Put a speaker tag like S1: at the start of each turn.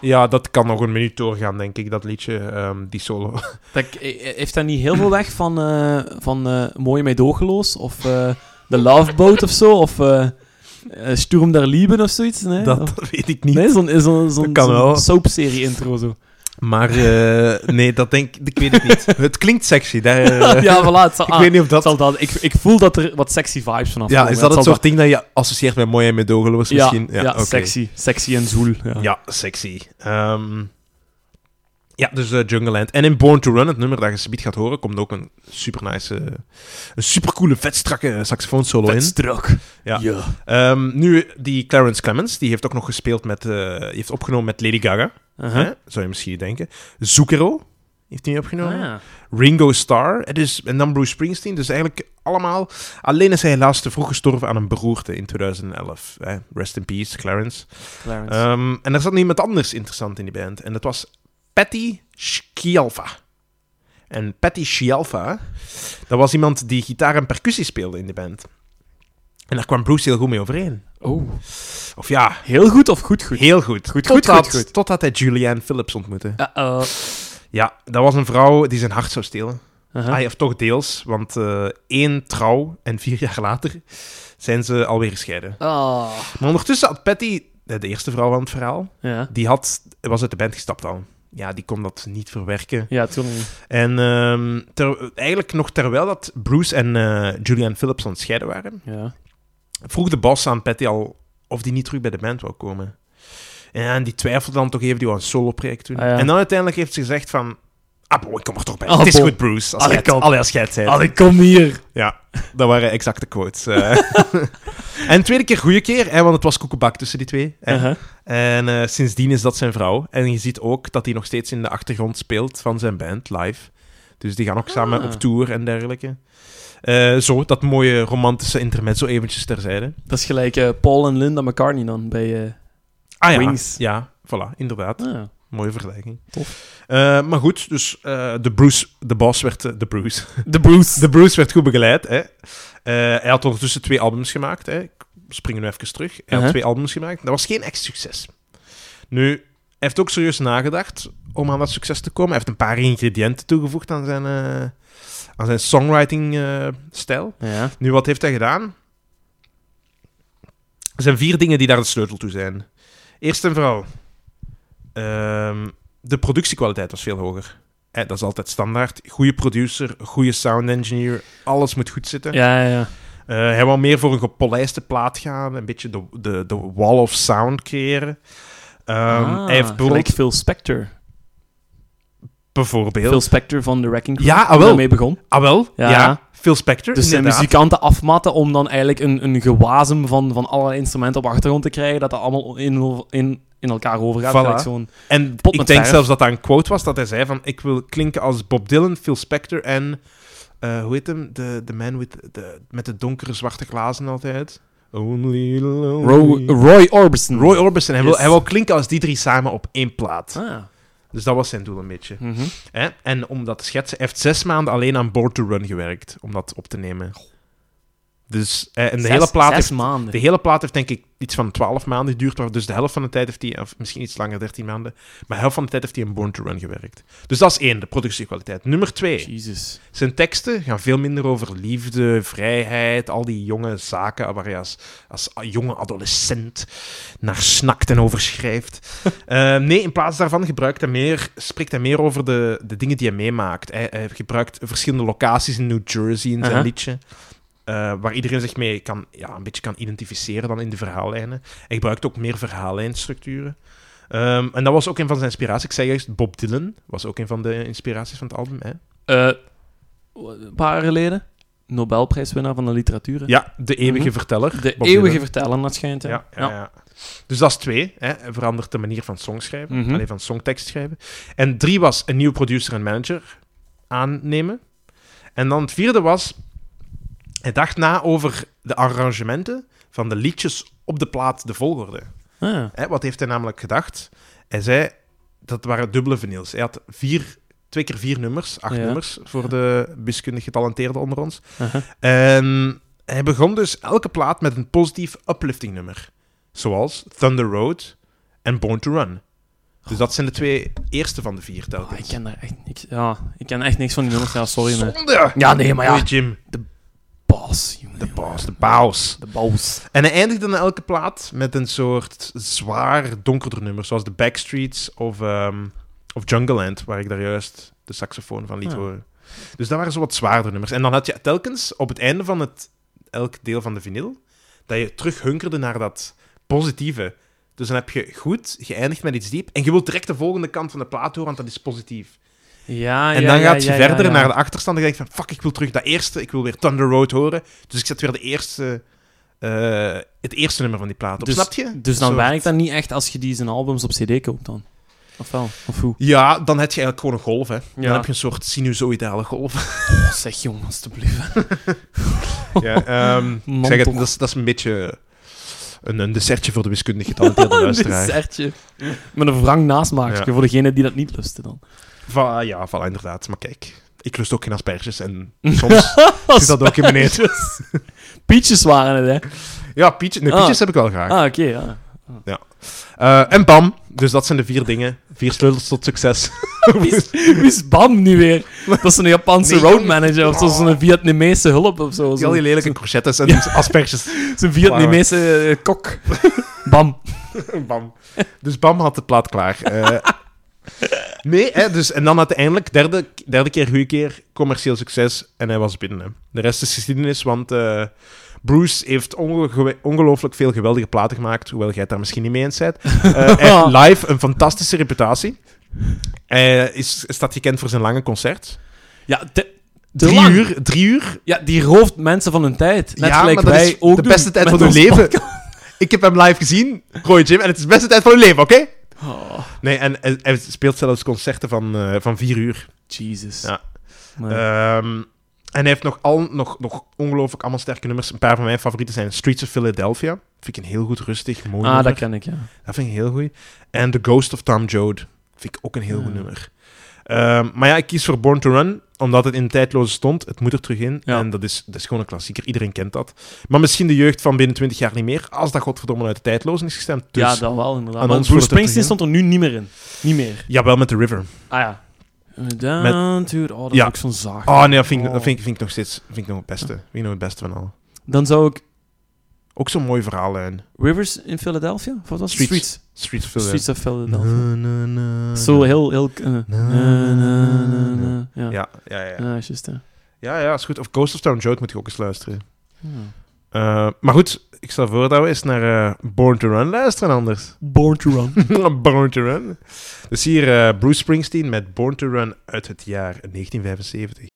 S1: Ja, dat kan nog een minuut doorgaan, denk ik, dat liedje, ehm, die solo.
S2: Dat, ik- eh, heeft dat niet heel veel weg van, eh van eh Mooi Mij Dogeloos? Of eh The Love Boat of zo? Of eh eh, Sturm der Lieben of zoiets? Nee,
S1: dat,
S2: Of-
S1: weet ik niet.
S2: Eh, oh. nee zo'n eh, zo'n zo'n
S1: Dat kan wel.
S2: soapserie intro zo.
S1: Maar eh, nee, dat denk ik, ik weet het niet. Het klinkt sexy. Daar, eh,
S2: ja, voilà. Het zal,
S1: ik weet niet of
S2: dat...
S1: dat...
S2: zal dat, ik, ik voel dat er wat sexy vibes vanaf
S1: ja,
S2: komen.
S1: is dat het
S2: zal
S1: soort ding dat je associeert met mooi en met dogeloos
S2: Ja,
S1: misschien?
S2: ja,
S1: oké.
S2: sexy. Sexy en zoel. Ja.
S1: Ja, sexy. Ehm, ja, dus eh, Jungle Land. En in Born to Run, het nummer dat je subiet gaat horen, komt ook een super nice, eh, een super coole, vetstrakke saxofoonsolo in.
S2: strak.
S1: Ja. Ehm, nu, die Clarence Clemens, die heeft ook nog gespeeld met, eh, die heeft opgenomen met Lady Gaga.
S2: Uh-huh.
S1: Hè? Zou je misschien denken. Zucchero heeft hij opgenomen.
S2: Ah, ja.
S1: Ringo Starr. Het is, en dan Bruce Springsteen. Dus eigenlijk allemaal. Alleen is hij helaas te vroeg gestorven aan een beroerte in 2011. Hè? Rest in peace, Clarence.
S2: Clarence.
S1: Ehm, en er zat nog iemand anders interessant in die band. En dat was Patty Schialfa. En Patty Schialfa, dat was iemand die gitaar en percussie speelde in de band. En daar kwam Bruce heel goed mee overeen.
S2: oh.
S1: Of ja,
S2: Heel goed of goed goed?
S1: heel goed.
S2: Goed, goed,
S1: totdat,
S2: goed, goed.
S1: Totdat hij Julianne Phillips ontmoette.
S2: Uh-oh.
S1: Ja, dat was een vrouw die zijn hart zou stelen.
S2: Uh-huh.
S1: Ah, ja, of toch deels, want eh, één trouw en vier jaar later zijn ze alweer gescheiden.
S2: Ah.
S1: Maar ondertussen had Patty, eh, de eerste vrouw aan het verhaal,
S2: Ja.
S1: die had, was uit de band gestapt al. Ja, die kon dat niet verwerken.
S2: Ja, toen...
S1: En ehm, ter- eigenlijk nog terwijl dat Bruce en eh Julianne Phillips aan het scheiden waren,
S2: Ja.
S1: vroeg de boss aan Patty al of die niet terug bij de band wou komen. En die twijfelde dan toch even, die wou een solo-project doen.
S2: Ah, ja.
S1: En dan uiteindelijk heeft ze gezegd van... Ah, boh, ik kom er toch bij.
S2: Ah,
S1: het is
S2: boh.
S1: goed, Bruce. Als
S2: Allee,
S1: jij het-
S2: kom.
S1: allee, als jij het zei.
S2: Allee, kom hier.
S1: Ja, dat waren exacte quotes. eh. en tweede keer goede keer, hè, want het was koekenbak tussen die twee. hè.
S2: Uh-huh.
S1: En eh, sindsdien is dat zijn vrouw. En je ziet ook dat hij nog steeds in de achtergrond speelt van zijn band, live. Dus die gaan ook samen
S2: Ah.
S1: op tour en dergelijke. Eh, zo, dat mooie romantische intermezzo eventjes terzijde.
S2: Dat is gelijk eh, Paul en Linda McCartney dan bij... eh
S1: Ah ja,
S2: Wings.
S1: ja, voilà, inderdaad.
S2: ah.
S1: Mooie vergelijking. Eh, maar goed, dus eh, de Bruce, de boss werd... eh, de Bruce.
S2: De Bruce.
S1: De Bruce werd goed begeleid. Hè. Eh, hij had ondertussen twee albums gemaakt. Hè. Ik spring nu even terug. Hij
S2: Uh-huh.
S1: had twee albums gemaakt. Dat was geen echt succes. Nu, hij heeft ook serieus nagedacht om aan dat succes te komen. Hij heeft een paar ingrediënten toegevoegd aan zijn, eh, aan zijn eh, songwriting-stijl.
S2: Ja.
S1: nu, wat heeft hij gedaan? Er zijn vier dingen die daar de sleutel toe zijn. Eerst en vooral, ehm, de productiekwaliteit was veel hoger. Eh, dat is altijd standaard. Goede producer, goede sound engineer, alles moet goed zitten.
S2: Ja, ja, ja.
S1: Eh, hij wou meer voor een gepolijste plaat gaan, een beetje de, de, de wall of sound creëren. Ehm,
S2: Ah,
S1: hij heeft bijvoorbeeld...
S2: gelijk Phil Spector.
S1: bijvoorbeeld
S2: Phil Spector van The Wrecking Crew.
S1: Ja, ah,
S2: die
S1: wel.
S2: daarmee begon.
S1: ah wel,
S2: Ja.
S1: ja. Phil Spector,
S2: Dus zijn
S1: inderdaad.
S2: muzikanten afmatten om dan eigenlijk een, een gewazem van, van allerlei instrumenten op achtergrond te krijgen. Dat dat allemaal in, in, in elkaar overgaat.
S1: Voilà.
S2: Gelijk zo'n...
S1: En
S2: Pot
S1: ik
S2: met
S1: denk
S2: verf.
S1: zelfs dat dat een quote was, dat hij zei van... Ik wil klinken als Bob Dylan, Phil Spector en... eh, hoe heet hem? De, de man with the, met de donkere zwarte glazen altijd. Only
S2: Ro-
S1: lonely.
S2: Roy Orbison.
S1: Roy Orbison. Hij, wil,
S2: Yes.
S1: hij wil klinken als die drie samen op één plaat.
S2: Ah.
S1: Dus dat was zijn doel een beetje.
S2: Mhm.
S1: Hè? En om dat te schetsen, hij heeft zes maanden alleen aan Board to Run gewerkt. Om dat op te nemen. Dus, eh, en de
S2: Zes-
S1: hele plaat
S2: zes
S1: heeft
S2: maanden.
S1: de hele plaat heeft denk ik iets van 12 maanden geduurd, maar dus de helft van de tijd heeft hij, of misschien iets langer, 13 maanden, maar de helft van de tijd heeft hij in Born to Run gewerkt. Dus dat is één, de productiekwaliteit. Nummer twee,
S2: Jezus.
S1: zijn teksten gaan veel minder over liefde, vrijheid, al die jonge zaken waar je als, als jonge adolescent naar snakt en over schrijft. Eh, nee, in plaats daarvan gebruikt hij meer, spreekt hij meer over de, de dingen die hij meemaakt. Hij, hij gebruikt verschillende locaties in New Jersey in zijn
S2: Aha.
S1: liedje. eh, waar iedereen zich mee kan, ja, een beetje kan identificeren dan in de verhaallijnen. Hij gebruikt ook meer verhaallijnstructuren. Ehm, en dat was ook een van zijn inspiraties. Ik zei juist, Bob Dylan was ook een van de inspiraties van het album. Hè?
S2: Eh, een paar jaar geleden, Nobelprijswinnaar van de literatuur. hè?
S1: Ja, de eeuwige
S2: Mhm.
S1: verteller.
S2: De
S1: Bob
S2: eeuwige
S1: Dylan.
S2: verteller, dat schijnt. hè?
S1: Ja, ja, ja. Dus dat is twee. Hè. Hij verandert de manier van songschrijven.
S2: Mhm.
S1: Alleen van songtekst schrijven. En drie was een nieuwe producer en manager aannemen. En dan het vierde was... Hij dacht na over de arrangementen van de liedjes op de plaat, de volgorde.
S2: Ah.
S1: Hè, wat heeft hij namelijk gedacht? Hij zei, dat waren dubbele vinyls. Hij had vier, twee keer vier nummers, acht
S2: Ja.
S1: nummers, voor de wiskundig getalenteerden onder ons.
S2: Uh-huh.
S1: En Ehm, hij begon dus elke plaat met een positief uplifting nummer. Zoals Thunder Road en Born to Run. Dus dat zijn de twee eerste van de vier
S2: Ah, ik
S1: telkens.
S2: ken daar echt niks... Ja, ik ken echt niks van die nummers. Ja, sorry, man.
S1: Zonde!
S2: Ja, nee, maar ja.
S1: Oei, Jim.
S2: Bas, jongen.
S1: De paus, de paus.
S2: De Bas.
S1: En hij eindigde dan elke plaat met een soort zwaar donkerder nummer, zoals The Backstreets of, ehm of Jungleland, waar ik daar juist de saxofoon van liet
S2: Ja.
S1: horen. Dus dat waren zo wat zwaarder nummers. En dan had je telkens op het einde van het, elk deel van de vinyl, dat je terug hunkerde naar dat positieve. Dus dan heb je goed geëindigd met iets diep en je wilt direct de volgende kant van de plaat horen, want dat is positief.
S2: Ja,
S1: En
S2: ja,
S1: dan
S2: ja,
S1: gaat je
S2: ja, ja,
S1: verder
S2: ja.
S1: naar de achterstand en je denkt van, fuck, ik wil terug dat eerste, ik wil weer Thunder Road horen. Dus ik zet weer de eerste, eh, het eerste nummer van die plaat op,
S2: Dus-
S1: snap je?
S2: Dus dan
S1: Zo.
S2: werkt dat niet echt als je die zijn albums op cd koopt dan? Of wel? Of hoe?
S1: Ja, dan heb je eigenlijk gewoon een golf, hè. Dan
S2: Ja.
S1: heb je een soort sinusoïdale golf.
S2: Oh, zeg jong, alstublieft.
S1: ja, ehm, ik
S2: Man,
S1: zeg het,
S2: toch.
S1: dat is, dat is een beetje een, een dessertje voor de wiskundig getalenteerde luisteraar.
S2: dessertje. Met een wrang nasmaakje
S1: Ja.
S2: voor degene die dat niet lusten dan.
S1: Va, ja, voilà, inderdaad. Maar kijk, ik lust ook geen asperges en soms zit dat ook in mijn eten.
S2: Pietjes waren het, hè?
S1: Ja, pietje, nee,
S2: Ah.
S1: pietjes heb ik wel graag.
S2: Ah, oké, ja.
S1: Eh, en bam, dus dat zijn de vier dingen. Vier sleutels tot succes.
S2: Wie is- wie is Bam nu weer? Dat is een Japanse
S1: Nee,
S2: roadmanager of zo, zo'n Vietnamese hulp of zo.
S1: Die al die
S2: Zo'n
S1: lelijke courgettes en asperges.
S2: zo'n Vietnamese eh, kok. Bam.
S1: Bam. Dus Bam had de plaat klaar. Eh, nee, hè, dus, en dan uiteindelijk, derde, derde keer, goede keer, commercieel succes. En hij was binnen. Hè. De rest is geschiedenis, want eh, Bruce heeft onge- ongelooflijk veel geweldige platen gemaakt. Hoewel jij het daar misschien niet mee eens bent. Eh, hij heeft live een fantastische reputatie. Hij is, staat gekend voor zijn lange concert.
S2: Ja, te, te
S1: Drie
S2: lang.
S1: uur, drie uur
S2: Ja, die rooft mensen van hun tijd. Net
S1: Ja,
S2: gelijk
S1: maar dat
S2: wij
S1: is
S2: ook
S1: de
S2: doen
S1: beste tijd
S2: met
S1: van hun
S2: ons
S1: leven.
S2: podcast.
S1: Ik heb hem live gezien, Roy Jim, en het is de beste tijd van je leven, oké?
S2: Oh,
S1: Nee, en hij, hij speelt zelfs concerten van, eh, van vier uur.
S2: Jesus.
S1: Ja.
S2: Maar-
S1: Ehm, en hij heeft nog, al, nog, nog ongelooflijk allemaal sterke nummers. Een paar van mijn favorieten zijn Streets of Philadelphia. Vind ik een heel goed rustig, mooi
S2: ah,
S1: nummer.
S2: dat ken ik, ja.
S1: Dat vind ik heel goed. En The Ghost of Tom Joad. Vind ik ook een heel
S2: Ja.
S1: goed nummer. Ehm, maar ja, ik kies voor Born to Run, omdat het in tijdloze stond. Het moet er terug in.
S2: Ja.
S1: En dat is, dat is gewoon een klassieker. Iedereen kent dat. Maar misschien de jeugd van binnen 20 jaar niet meer. Als dat godverdomme uit de tijdloze is gestemd. Dus,
S2: ja,
S1: ja,
S2: dat wel, inderdaad.
S1: aan
S2: Maar
S1: ons
S2: Bruce
S1: wordt het
S2: Springsteen stond er nu niet meer in. Niet meer.
S1: Jawel, met The River.
S2: Ah, ja. Down to... Oh, dat
S1: Ja.
S2: is ook zo'n zaag.
S1: Oh nee, dat vind ik, dat
S2: Oh.
S1: vind, ik- vind ik nog steeds vind ik nog het beste. Vind ik nog het beste van al.
S2: Dan zou ik
S1: Ook zo'n mooi verhaallijn.
S2: Rivers in Philadelphia? Of wat was het?
S1: Streets.
S2: Streets.
S1: Streets of Philadelphia.
S2: Streets of Philadelphia.
S1: Na, na, na,
S2: Zo
S1: na.
S2: heel... heel eh,
S1: na,
S2: na, na, na,
S1: na,
S2: na. Ja,
S1: Ja, ja, ja.
S2: Ja, juist, hè.
S1: Ja, ja, is goed. Of Ghost of Town Joad moet ik ook eens luisteren.
S2: Hmm.
S1: Eh, maar goed, ik stel voor dat we eens naar eh, Born to Run luisteren anders.
S2: Born to Run.
S1: Born to Run. Dus hier eh, Bruce Springsteen met Born to Run uit het jaar 1975.